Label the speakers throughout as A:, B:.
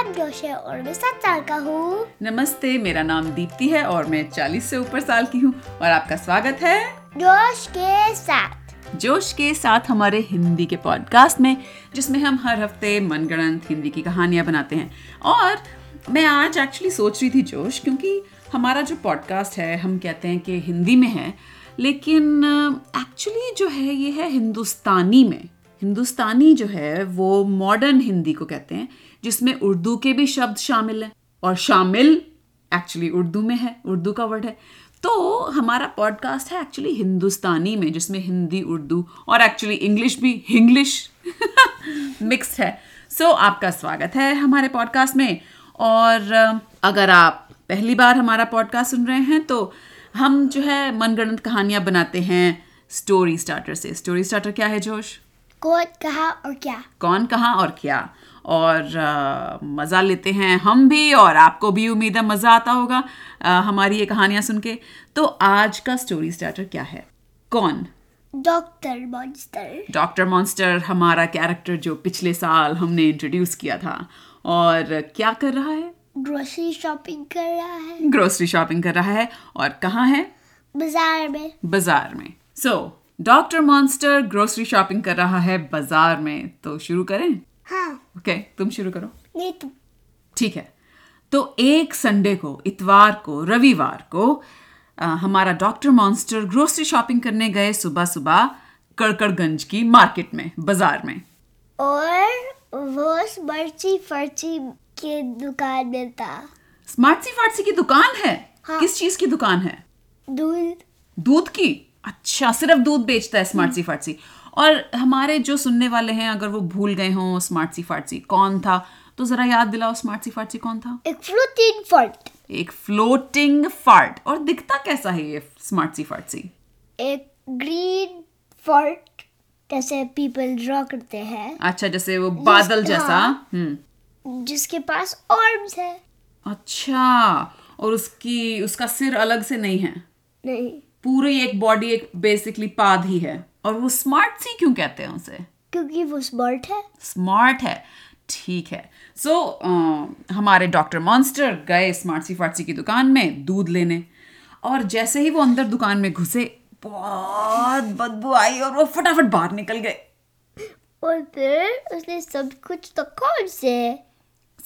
A: और मैं सात साल का हूँ
B: नमस्ते मेरा नाम दीप्ति है और मैं 40 से ऊपर साल की हूँ और आपका स्वागत है
A: जोश के साथ
B: जोश के साथ हमारे हिंदी के पॉडकास्ट में जिसमें हम हर हफ्ते मनगढ़ंत हिंदी की कहानियाँ बनाते हैं और मैं आज एक्चुअली सोच रही थी जोश क्योंकि हमारा जो पॉडकास्ट है हम कहते हैं कि हिंदी में है लेकिन एक्चुअली जो है ये है हिंदुस्तानी में हिंदुस्तानी जो है वो मॉडर्न हिंदी को कहते हैं जिसमें उर्दू के भी शब्द शामिल हैं और शामिल एक्चुअली उर्दू में है उर्दू का वर्ड है तो हमारा पॉडकास्ट है एक्चुअली हिंदुस्तानी में जिसमें हिंदी उर्दू और एक्चुअली इंग्लिश भी हिंग्लिश मिक्स है सो so, आपका स्वागत है हमारे पॉडकास्ट में और अ, अगर आप पहली बार हमारा पॉडकास्ट सुन रहे हैं तो हम जो है मनगढ़ंत कहानियाँ बनाते हैं स्टोरी स्टार्टर से स्टोरी स्टार्टर क्या है जोश
A: कौन कहा और क्या
B: कौन कहाँ और क्या और आ, मज़ा लेते हैं हम भी और आपको भी उम्मीद है मज़ा आता होगा आ, हमारी ये कहानियाँ सुन के तो आज का स्टोरी स्टार्टर क्या है कौन
A: डॉक्टर मॉन्स्टर
B: डॉक्टर मॉन्स्टर हमारा कैरेक्टर जो पिछले साल हमने इंट्रोड्यूस किया था और क्या कर रहा है
A: ग्रोसरी शॉपिंग कर रहा है
B: ग्रोसरी शॉपिंग कर रहा है और कहाँ है
A: बाजार में
B: बाजार में so doctor monster grocery shopping कर रहा है बाजार में तो शुरू करें
A: हाँ
B: ओके तुम शुरू करो
A: नहीं तो। तुम
B: ठीक है तो एक संडे को इतवार को रविवार को अ, हमारा डॉक्टर मॉन्स्टर ग्रोसरी शॉपिंग करने गए सुबह सुबह कड़कड़गंज की मार्केट में बाजार में
A: और वो मर्ची फर्ची के दुकान में था
B: स्मार्टसी फार्टसी की दुकान है
A: हाँ।
B: किस चीज की दुकान है
A: दूध
B: दूध की अच्छा सिर्फ दूध बेचता है स्मार्टसी फार्टसी और हमारे जो सुनने वाले हैं अगर वो भूल गए हों स्मार्टसी फार्टसी कौन था तो जरा याद दिलाओ स्मार्टसी फार्टसी कौन था
A: एक फ्लोटिंग फॉल्ट
B: एक फ्लोटिंग फार्ट और दिखता कैसा है ये स्मार्टसी फार्टसी
A: एक ग्रीन फॉल्ट जैसे पीपल ड्रॉ करते हैं
B: अच्छा जैसे वो बादल
A: हाँ।
B: जैसा हम्म
A: जिसके पास आर्म्स है
B: अच्छा और उसकी उसका सिर अलग से नहीं है
A: नहीं
B: पूरी एक बॉडी एक बेसिकली पाद ही है और वो स्मार्ट सी क्यों कहते हैं उसे
A: क्योंकि वो स्मार्ट है
B: स्मार्ट है ठीक है सो so, अ, हमारे डॉक्टर मॉन्स्टर गए स्मार्टसी फार्टसी की दुकान में दूध लेने और जैसे ही वो अंदर दुकान में घुसे बहुत बदबू आई और वो फटाफट बाहर निकल गए
A: और फिर उसने सब कुछ तो कौन से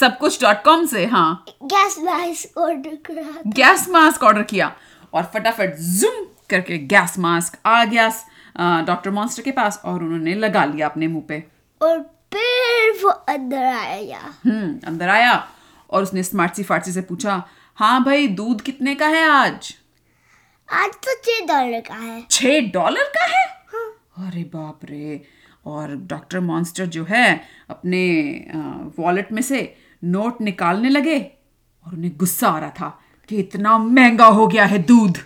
B: सब कुछ डॉट कॉम से हाँ
A: गैस मास्क ऑर्डर करा
B: गैस मास्क ऑर्डर किया और फटाफट जूम करके गैस मास्क आ गया अ, डॉक्टर मॉन्स्टर के पास और उन्होंने लगा लिया अपने मुंह पे
A: और फिर वो अंदर आया
B: हम्म अंदर आया और उसने स्मार्टसी फार्टसी से पूछा हाँ भाई दूध कितने का है आज
A: आज तो छह डॉलर का है
B: छः डॉलर का है अरे बाप रे और डॉक्टर मॉन्स्टर जो है अपने वॉलेट में से नोट निकालने लगे और उन्हें गुस्सा आ रहा था कि इतना महंगा हो गया है दूध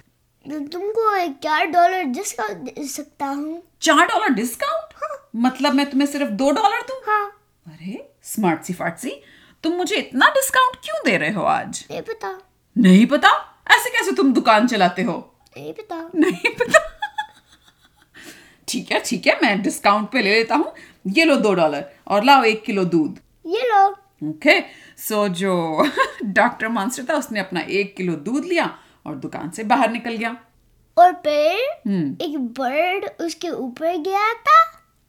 A: तो तुमको एक चार डॉलर डिस्काउंट दे सकता हूँ
B: चार डॉलर डिस्काउंट मतलब मैं तुम्हें सिर्फ दो डॉलर दूं
A: हाँ
B: अरे स्मार्ट सी फाट सी तुम मुझे इतना डिस्काउंट क्यों दे रहे हो आज
A: नहीं पता
B: नहीं पता ऐसे कैसे तुम दुकान चलाते हो
A: नहीं पता
B: नहीं पता ठीक है ठीक है मैं डिस्काउंट पे ले लेता हूँ ये लो दो डॉलर और लाओ एक किलो दूध
A: ये लो
B: ओके सो जो डॉक्टर मानसर था उसने अपना एक किलो दूध लिया और दुकान से बाहर निकल गया
A: और फिर एक बर्ड उसके ऊपर गया था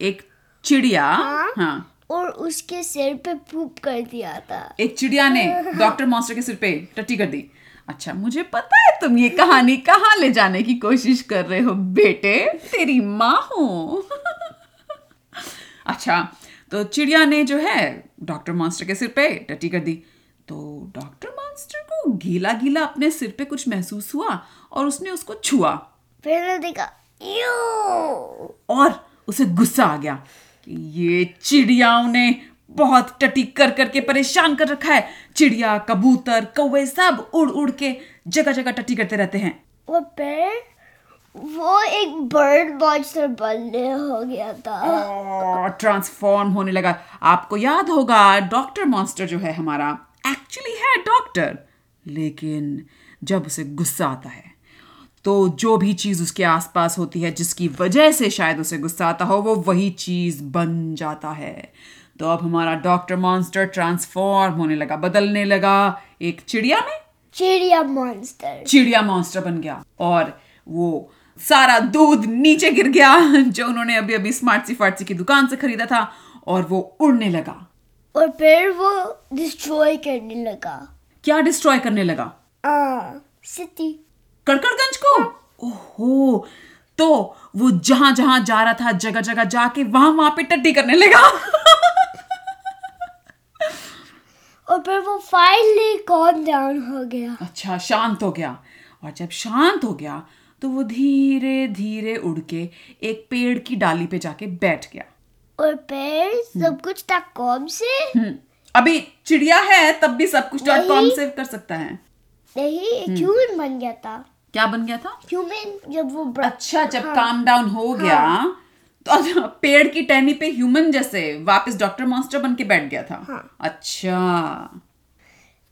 B: एक चिड़िया
A: हाँ।
B: हाँ
A: और उसके सिर पे पूप कर दिया था
B: एक चिड़िया ने डॉक्टर मॉन्स्टर के सिर पे टट्टी कर दी अच्छा मुझे पता है तुम ये कहानी कहाँ ले जाने की कोशिश कर रहे हो बेटे तेरी माँ हूँ अच्छा तो चिड़िया ने जो है डॉक्टर मॉन्स्टर के सिर पे टट्टी कर दी तो डॉक्टर मॉन्स्टर को गीला गीला अपने सिर पे कुछ महसूस हुआ और उसने उसको छुआ
A: फिर मैंने देखा यू
B: और उसे गुस्सा आ गया कि ये चिड़ियाओं ने बहुत टटी कर करके परेशान कर रखा है चिड़िया कबूतर कौवे सब उड़ उड़ के जगह जगह टटी करते रहते हैं
A: और फिर वो एक बर्ड मॉन्स्टर बनने हो गया था
B: और ट्रांसफॉर्म होने लगा आपको याद होगा डॉक्टर मॉन्स्टर जो है हमारा एक्चुअली है डॉक्टर लेकिन जब उसे गुस्सा आता है तो जो भी चीज़ उसके आसपास होती है जिसकी वजह से शायद उसे गुस्सा आता हो वो वही चीज़ बन जाता है तो अब हमारा डॉक्टर मॉन्स्टर ट्रांसफॉर्म होने लगा बदलने लगा एक चिड़िया में
A: चिड़िया मॉन्स्टर
B: चिड़िया मॉन्स्टर बन गया और वो सारा दूध नीचे गिर गया जो उन्होंने अभी अभी स्मार्ट सी फार्सी की दुकान से खरीदा था और वो उड़ने लगा
A: और फिर वो डिस्ट्रॉय करने लगा
B: क्या डिस्ट्रॉय करने लगा
A: आ, सिटी
B: कड़कड़गंज को ओहो तो वो जहां जहां जा रहा था जगह जगह जाके वहां वहां पे टट्टी करने लगा
A: और फिर वो फाइनली कॉम डाउन हो गया
B: अच्छा शांत हो गया और जब शांत हो गया तो वो धीरे धीरे उड़ के एक पेड़ की डाली पे जाके बैठ गया
A: और फिर सब कुछ था कॉम से
B: हम्म, अभी चिड़िया है तब भी सब कुछ तो डॉट कॉम
A: नहीं।
B: से कर सकता है
A: नहीं
B: हम्म।
A: एक ह्यूमन बन गया था
B: क्या बन गया था
A: ह्यूमन जब वो ब्र-
B: अच्छा जब
A: हाँ।
B: काम डाउन हो गया तो अच्छा, पेड़ की टहनी पे ह्यूमन जैसे वापस डॉक्टर मॉन्स्टर बन के बैठ गया था
A: हाँ।
B: अच्छा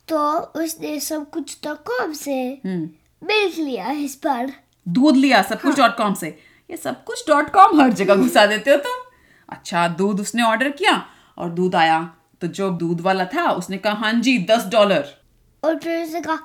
A: तो उसने सब कुछ तो कॉम से
B: हम्म
A: बेच लिया इस बार
B: दूध लिया सब कुछ
A: हाँ।
B: डॉट कॉम से ये सब कुछ डॉट कॉम हर जगह घुसा देते हो तुम अच्छा दूध उसने ऑर्डर किया और दूध आया तो जो दूध वाला था उसने कहा हाँ जी दस डॉलर
A: और फिर उसने कहा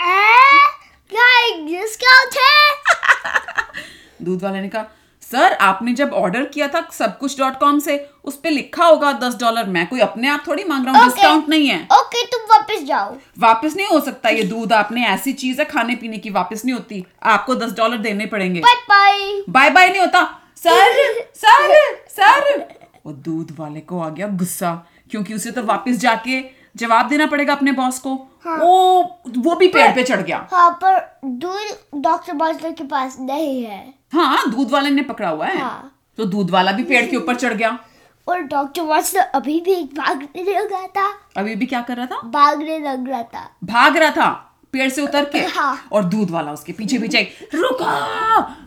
A: "ए, क्या एक डिस्काउंट है
B: दूध वाले ने कहा सर आपने जब ऑर्डर किया था सब कुछ डॉट कॉम से उस पर लिखा होगा दस डॉलर मैं कोई अपने आप थोड़ी मांग रहा हूँ
A: Okay.
B: डिस्काउंट नहीं है
A: ओके तुम वापस जाओ
B: वापस नहीं हो सकता ये दूध आपने ऐसी चीज है खाने पीने की वापस नहीं होती आपको दस डॉलर देने पड़ेंगे
A: बाय बाय
B: बाय बाय नहीं होता सर सर सर वो दूध वाले को आ गया गुस्सा क्योंकि उसे तो वापस जाके जवाब देना पड़ेगा अपने बॉस को वो वो भी पेड़ पे चढ़ गया
A: हाँ पर दूध डॉक्टर बास्टर के पास नहीं है
B: हाँ दूध वाले ने पकड़ा हुआ है
A: हाँ।
B: तो दूध वाला भी पेड़ के ऊपर चढ़ गया
A: और डॉक्टर बास्टर अभी भी एक भागने लगा था
B: अभी भी क्या कर रहा था
A: भागने लग रहा था
B: भाग रहा था पेड़ से उतर के
A: हाँ।
B: और दूध वाला उसके पीछे पीछे रुको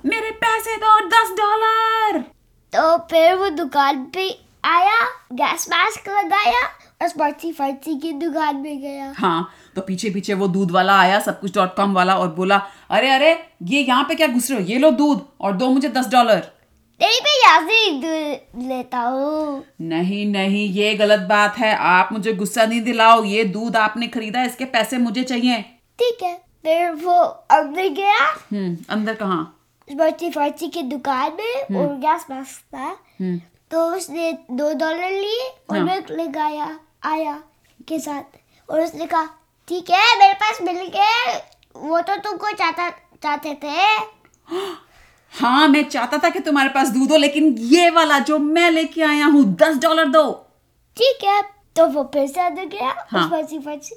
B: मेरे पैसे दो दस डॉलर
A: तो फिर वो दुकान पे आया गैस मास्क लगाया और स्पार्सी फार्सी की दुकान में गया
B: हाँ तो पीछे पीछे वो दूध वाला आया सब कुछ डॉट कॉम वाला और बोला अरे अरे ये यहाँ पे क्या घुस रहे हो ये लो दूध और दो मुझे दस डॉलर
A: नहीं मैं यहाँ से ही दूध लेता हूँ
B: नहीं नहीं ये गलत बात है आप मुझे गुस्सा नहीं दिलाओ ये दूध आपने खरीदा है, इसके पैसे मुझे चाहिए
A: ठीक है फिर वो अंदर गया
B: हम्म अंदर कहाँ
A: स्पार्सी फार्सी की दुकान में और गैस मास्क था
B: हम्म
A: तो उसने दो डॉलर लिए और
B: हाँ।
A: मैं लगाया आया के साथ और उसने कहा ठीक है मेरे पास मिल गए वो तो तुमको चाहता चाहते थे
B: हाँ मैं चाहता था कि तुम्हारे पास दूध हो लेकिन ये वाला जो मैं लेके आया हूँ दस डॉलर दो
A: ठीक है तो वो फिर से अंदर गया
B: हाँ।
A: उस बच्ची फर्ची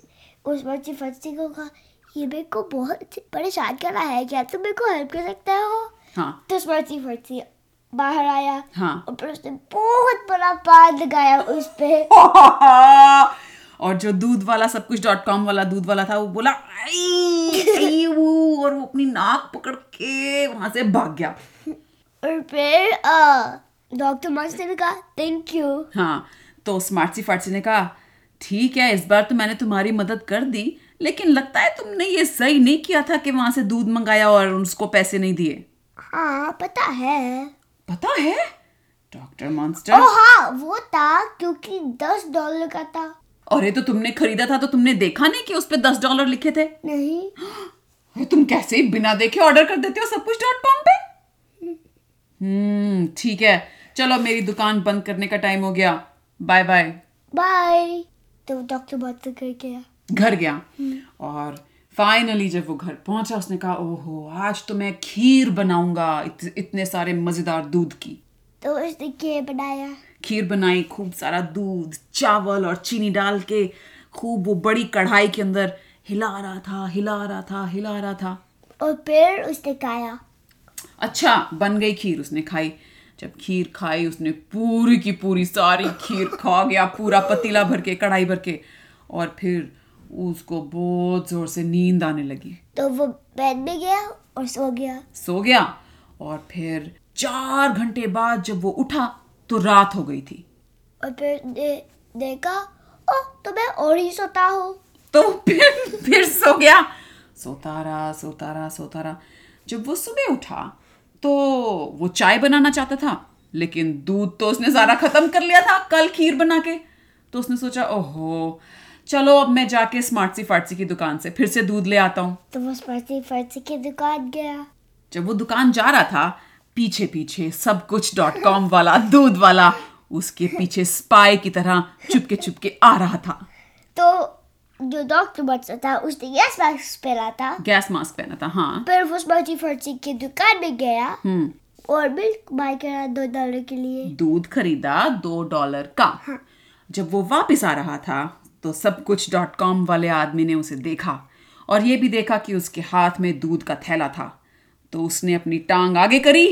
A: उस बच्ची फर्ची को कहा ये मेरे को बहुत परेशान कर रहा है क्या तुम मेरे को हेल्प कर सकते हो
B: हाँ
A: तो उस बच्ची फर्ची बाहर आया
B: हाँ
A: और फिर उसने बहुत बड़ा पान लगाया उस पे
B: और जो दूध वाला सब कुछ डॉट कॉम वाला दूध वाला था वो बोला "आई, आई, वो", और वो अपनी नाक पकड़ के वहां से भाग गया
A: और फिर अ, डॉक्टर मस्त ने कहा थैंक यू
B: हाँ तो स्मार्टसी फार्टसी ने कहा ठीक है इस बार तो मैंने तुम्हारी मदद कर दी लेकिन लगता है तुमने ये सही नहीं किया था कि वहां से दूध मंगाया और उसको पैसे नहीं दिए
A: हाँ पता है
B: पता है डॉक्टर
A: ओ
B: मॉन्स्टर
A: हाँ वो था क्योंकि दस डॉलर का था
B: और ये तो तुमने खरीदा था तो तुमने देखा नहीं कि उस पे दस डॉलर लिखे थे
A: नहीं
B: अरे तुम कैसे ही बिना देखे ऑर्डर कर देते हो सब कुछ डॉट कॉम पे हम्म ठीक है चलो मेरी दुकान बंद करने का टाइम हो गया बाय बाय
A: बाय तो डॉक्टर बात तो कर गया
B: घर गया और फाइनली जब वो घर पहुंचा उसने कहा ओहो आज तो मैं खीर बनाऊंगा इत, इतने सारे मजेदार दूध की
A: तो उसने के बनाया
B: खीर बनाई खूब सारा दूध चावल और चीनी डाल के खूब वो बड़ी कढ़ाई के अंदर हिला रहा था हिला रहा था हिला रहा था
A: और फिर उसने खाया
B: अच्छा बन गई खीर उसने खाई जब खीर खाई उसने पूरी की पूरी सारी खीर खा गया पूरा पतीला भर के कढ़ाई भर के और फिर उसको बहुत जोर से नींद आने लगी
A: तो वो बेड में गया और सो गया
B: सो गया और फिर चार घंटे बाद जब वो उठा तो रात हो गई थी
A: और फिर उसने देखा ओ तो मैं और ही सोता हूँ
B: तो फिर फिर सो गया सोता रहा सोता रहा सोता रहा जब वो सुबह उठा तो वो चाय बनाना चाहता था लेकिन दूध तो उसने सारा खत्म कर लिया था कल खीर बना के तो उसने सोचा ओहो चलो अब मैं जाके स्मार्टसी फार्टसी की दुकान से फिर से दूध ले आता हूँ
A: तो वो स्पर्शी फर्सी की दुकान गया
B: जब वो दुकान जा रहा था पीछे पीछे सब कुछ डॉट कॉम वाला दूध वाला उसके पीछे स्पाई की तरह चुपके चुपके आ रहा था
A: तो जो डॉक्टर बच्चा था उसने गैस मास्क पहना था
B: गैस मास्क पहना था हाँ
A: फिर वो स्पर्शी फर्सी की दुकान में गया और मिल्क बाय करा दो डॉलर के लिए
B: दूध खरीदा दो डॉलर का जब वो वापस आ रहा था तो सब कुछ डॉट कॉम वाले आदमी ने उसे देखा और ये भी देखा कि उसके हाथ में दूध का थैला था तो उसने अपनी टांग आगे करी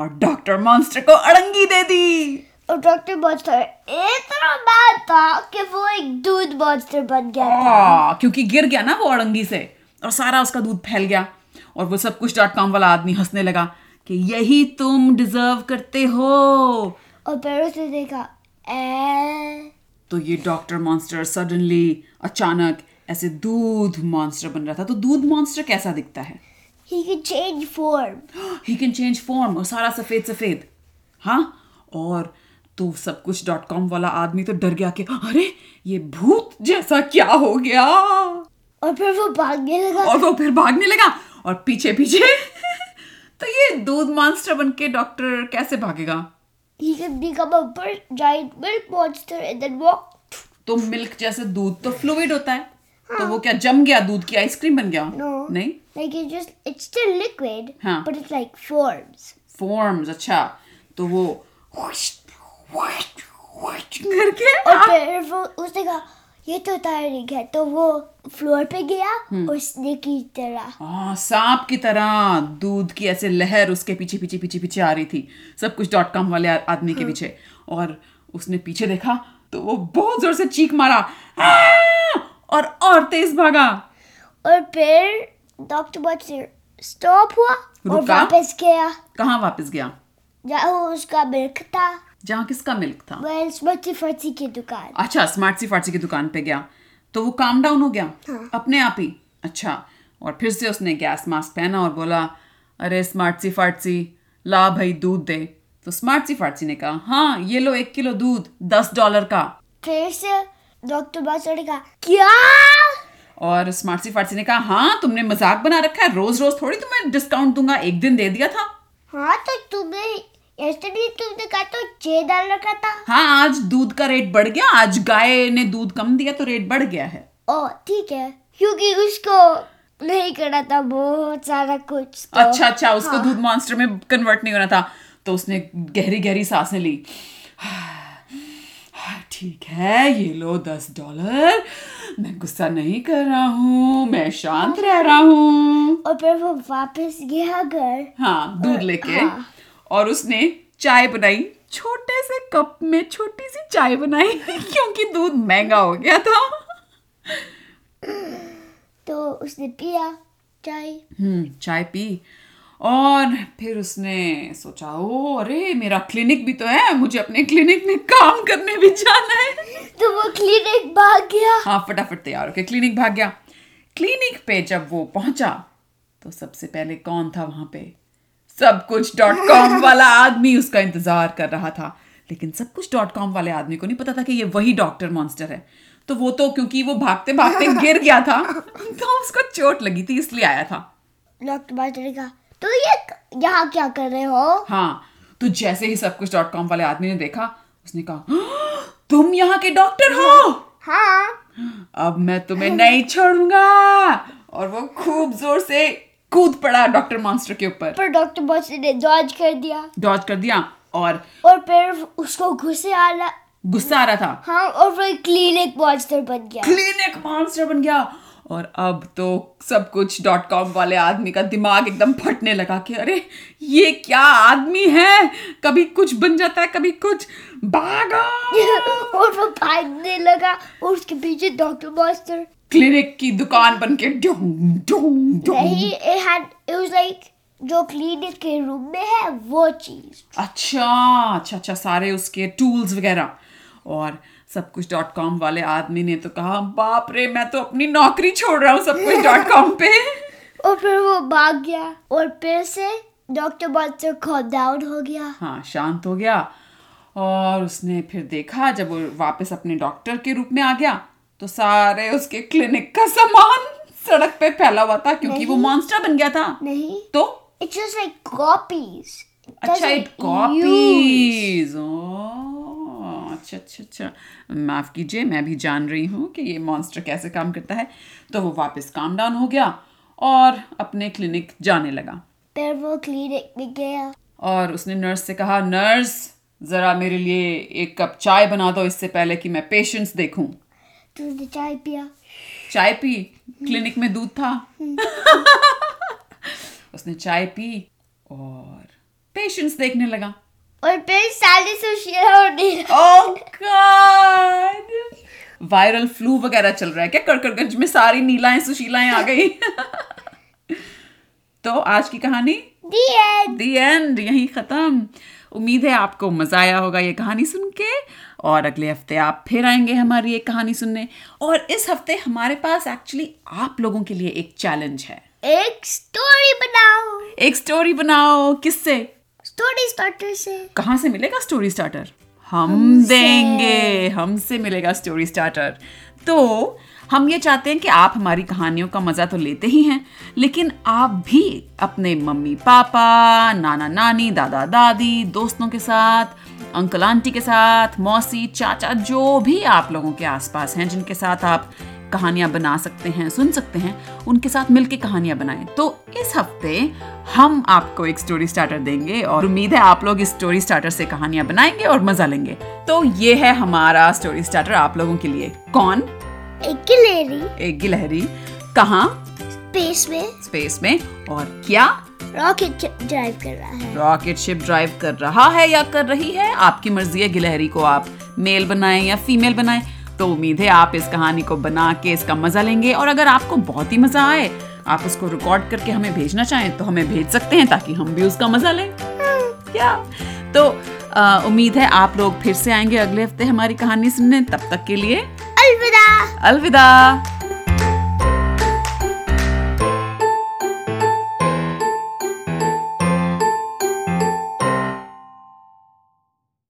B: और डॉक्टर मॉन्स्टर को अड़ंगी दे दी
A: और डॉक्टर मॉन्स्टर इतना बैड था कि वो एक दूध मॉन्स्टर बन गया था
B: आ, क्योंकि गिर गया ना वो अड़ंगी से और सारा उसका दूध फैल गया और वो सब कुछ डॉट कॉम वाला आदमी हंसने लगा कि यही तुम डिजर्व करते हो
A: और फिर उसने देखा "ए,
B: तो ये डॉक्टर मॉन्स्टर सडनली अचानक ऐसे दूध मॉन्स्टर बन रहा था तो दूध मॉन्स्टर कैसा दिखता है
A: he can change form.
B: He can change form और सारा सफेद सफेद हाँ और तो सब कुछ डॉट कॉम वाला आदमी तो डर गया कि अरे ये भूत जैसा क्या हो गया
A: और फिर वो भागने लगा
B: और वो फिर भागने लगा और पीछे पीछे तो ये दूध मॉन्स्टर बन के डॉक्टर कैसे भागेगा
A: he can become a bir- giant milk monster and then walk.
B: तो मिल्क जैसे दूध तो फ्लूइड होता है तो वो क्या जम गया दूध की आइसक्रीम बन गया
A: No.
B: नहीं
A: Like it's just it's still liquid,
B: Huh.
A: but it's like forms.
B: Forms अच्छा तो वो करके
A: और फिर वो उसने कहा ये तो टायरिंग है तो वो फ्लोर पे गया और स्नेक की तरह
B: हाँ सांप की तरह दूध की ऐसे लहर उसके पीछे पीछे पीछे पीछे आ रही थी सब कुछ डॉट कॉम वाले आ- आदमी के पीछे और उसने पीछे देखा तो वो बहुत जोर से चीख मारा "आह!" और और तेज भागा
A: और फिर डॉक्टर बच्चर स्टॉप हुआ और
B: रुका।
A: वापस गया
B: कहाँ वापस गया
A: जहाँ उसका मिल्क था
B: जहाँ किसका मिल्क था
A: वह स्मृति फर्सी की दुकान
B: अच्छा स्मार्टसी फार्टसी की दुकान पे गया तो वो काम डाउन हो गया अपने आप ही अच्छा और फिर से उसने गैस मास्क पहना और बोला अरे स्मार्टसी फार्टसी ला भाई दूध दे तो स्मार्टसी फार्टसी ने कहा हाँ ये लो एक किलो दूध दस डॉलर का
A: फिर से डॉक्टर बच्चर ने कहा क्या
B: और स्मार्टसी फार्टसी ने कहा हाँ तुमने मजाक बना रखा है रोज रोज थोड़ी तुम्हें डिस्काउंट दूंगा एक दिन दे दिया था
A: हाँ तो तुमने यस्टरडे तुमने कहा तो छह डॉलर का था
B: हाँ आज दूध का रेट बढ़ गया आज गाय ने दूध कम दिया तो रेट बढ़ गया है
A: ओ ठीक है क्योंकि उसको नहीं करना था बहुत सारा कुछ तो।
B: अच्छा अच्छा उसको दूध मॉन्स्टर में कन्वर्ट नहीं होना था तो उसने गहरी गहरी सांसें ली ठीक है ये लो दस डॉलर मैं गुस्सा नहीं कर रहा हूँ मैं शांत रह रहा हूँ
A: और फिर वो वापस गया घर
B: हाँ दूध लेके और उसने चाय बनाई छोटे से कप में छोटी सी चाय बनाई क्योंकि दूध महंगा हो गया था
A: तो उसने पिया चाय
B: हम्म चाय पी और फिर उसने सोचा ओ अरे मेरा क्लिनिक भी तो है मुझे अपने क्लिनिक में काम करने भी जाना है
A: तो वो क्लिनिक भाग गया
B: हाँ फटाफट तैयार होके क्लिनिक भाग गया क्लिनिक पे जब वो पहुंचा तो सबसे पहले कौन था वहां पे सब कुछ डॉट कॉम वाला आदमी उसका इंतजार कर रहा था लेकिन सब कुछ डॉट कॉम वाले आदमी को नहीं पता था कि ये वही डॉक्टर मॉन्स्टर है तो वो तो क्योंकि वो भागते भागते गिर गया था तो उसको चोट लगी थी इसलिए आया था
A: डॉक्टर बच्चर ने कहा तो ये यहाँ क्या कर रहे हो
B: हाँ तो जैसे ही सब कुछ डॉट कॉम वाले आदमी ने देखा उसने कहा "हाँ, तुम यहाँ के डॉक्टर हो
A: हाँ
B: अब मैं तुम्हें नहीं छोड़ूंगा और वो खूब जोर से कूद पड़ा डॉक्टर मॉन्स्टर के ऊपर
A: पर डॉक्टर बच्चर ने डॉज कर दिया
B: डॉज कर दिया और
A: और फिर उसको गुस्से आना
B: गुस्सा आ रहा था
A: हाँ और वो क्लिनिक मॉन्स्टर बन गया
B: क्लिनिक मॉन्स्टर बन गया और अब तो सब कुछ डॉट कॉम वाले आदमी का दिमाग एकदम फटने लगा कि अरे ये क्या आदमी है कभी कुछ बन जाता है कभी कुछ भागो
A: और वो भागने लगा और उसके पीछे डॉक्टर मॉन्स्टर
B: क्लिनिक की दुकान बन के डूं डूं डूं
A: नहीं it had it was like जो क्लिनिक के रूम में है वो चीज
B: अच्छा अच्छा अच्छा सारे उसके टूल्स वगैरह और सब कुछ डॉट कॉम वाले आदमी ने तो कहा बाप रे मैं तो अपनी नौकरी छोड़ रहा हूँ सब कुछ डॉट कॉम पे
A: और फिर वो भाग गया और फिर से डॉक्टर बॉल्टर खॉट आउट हो गया
B: हाँ शांत हो गया और उसने फिर देखा जब वो वापस अपने डॉक्टर के रूप में आ गया तो सारे उसके क्लिनिक का सामान सड़क पे फैला हुआ था क्योंकि वो मॉन्स्टर बन गया था
A: नहीं
B: तो
A: इट्स जस्ट लाइक कॉपीज
B: अच्छा इट कॉपीज अच्छा अच्छा अच्छा माफ कीजिए मैं भी जान रही हूँ कि ये मॉन्स्टर कैसे काम करता है तो वो वापस काम डाउन हो गया और अपने क्लिनिक जाने लगा
A: फिर वो क्लिनिक में गया
B: और उसने नर्स से कहा नर्स ज़रा मेरे लिए एक कप चाय बना दो इससे पहले कि मैं पेशेंट्स देखूं
A: तो उसने चाय पिया
B: चाय पी क्लिनिक में दूध था उसने चाय पी और पेशेंट्स देखने लगा
A: और फिर सारी सुशिया होने लगी।
B: ओह गॉड वायरल फ्लू वगैरह चल रहा है क्या कड़कड़गंज में सारी नीलाएं सुशीलाएं आ गई तो आज की कहानी
A: The end.
B: दी एंड यहीं खत्म उम्मीद है आपको मजा आया होगा ये कहानी सुन के और अगले हफ्ते आप फिर आएंगे हमारी ये कहानी सुनने और इस हफ्ते हमारे पास एक्चुअली आप लोगों के लिए एक चैलेंज है
A: एक स्टोरी बनाओ
B: एक स्टोरी बनाओ किससे
A: स्टोरी स्टार्टर से
B: कहाँ से मिलेगा स्टोरी स्टार्टर हम देंगे हमसे मिलेगा स्टोरी स्टार्टर तो हम ये चाहते हैं कि आप हमारी कहानियों का मज़ा तो लेते ही हैं लेकिन आप भी अपने मम्मी पापा नाना नानी दादा दादी दोस्तों के साथ अंकल आंटी के साथ मौसी चाचा जो भी आप लोगों के आसपास हैं जिनके साथ आप कहानियां बना सकते हैं सुन सकते हैं उनके साथ मिलके कहानियां बनाएं तो इस हफ्ते हम आपको एक स्टोरी स्टार्टर देंगे और उम्मीद है आप लोग इस स्टोरी स्टार्टर से कहानियां बनाएंगे और मजा लेंगे तो ये है हमारा स्टोरी स्टार्टर आप लोगों के लिए कौन
A: एक गिलहरी
B: एक गिलहरी कहाँ
A: स्पेस में
B: स्पेस में और क्या
A: रॉकेट ड्राइव कर रहा है
B: रॉकेट शिप ड्राइव कर रहा है या कर रही है आपकी मर्जी है गिलहरी को आप मेल बनाएं या फीमेल बनाएं तो उम्मीद है आप इस कहानी को बना के इसका मजा लेंगे और अगर आपको बहुत ही मजा आए आप उसको रिकॉर्ड करके हमें भेजना चाहें तो हमें भेज सकते हैं ताकि हम भी उसका मजा लें या तो अ, उम्मीद है आप लोग फिर से आएंगे अगले हफ्ते हमारी कहानी सुनने तब तक के लिए
A: अलविदा
B: अलविदा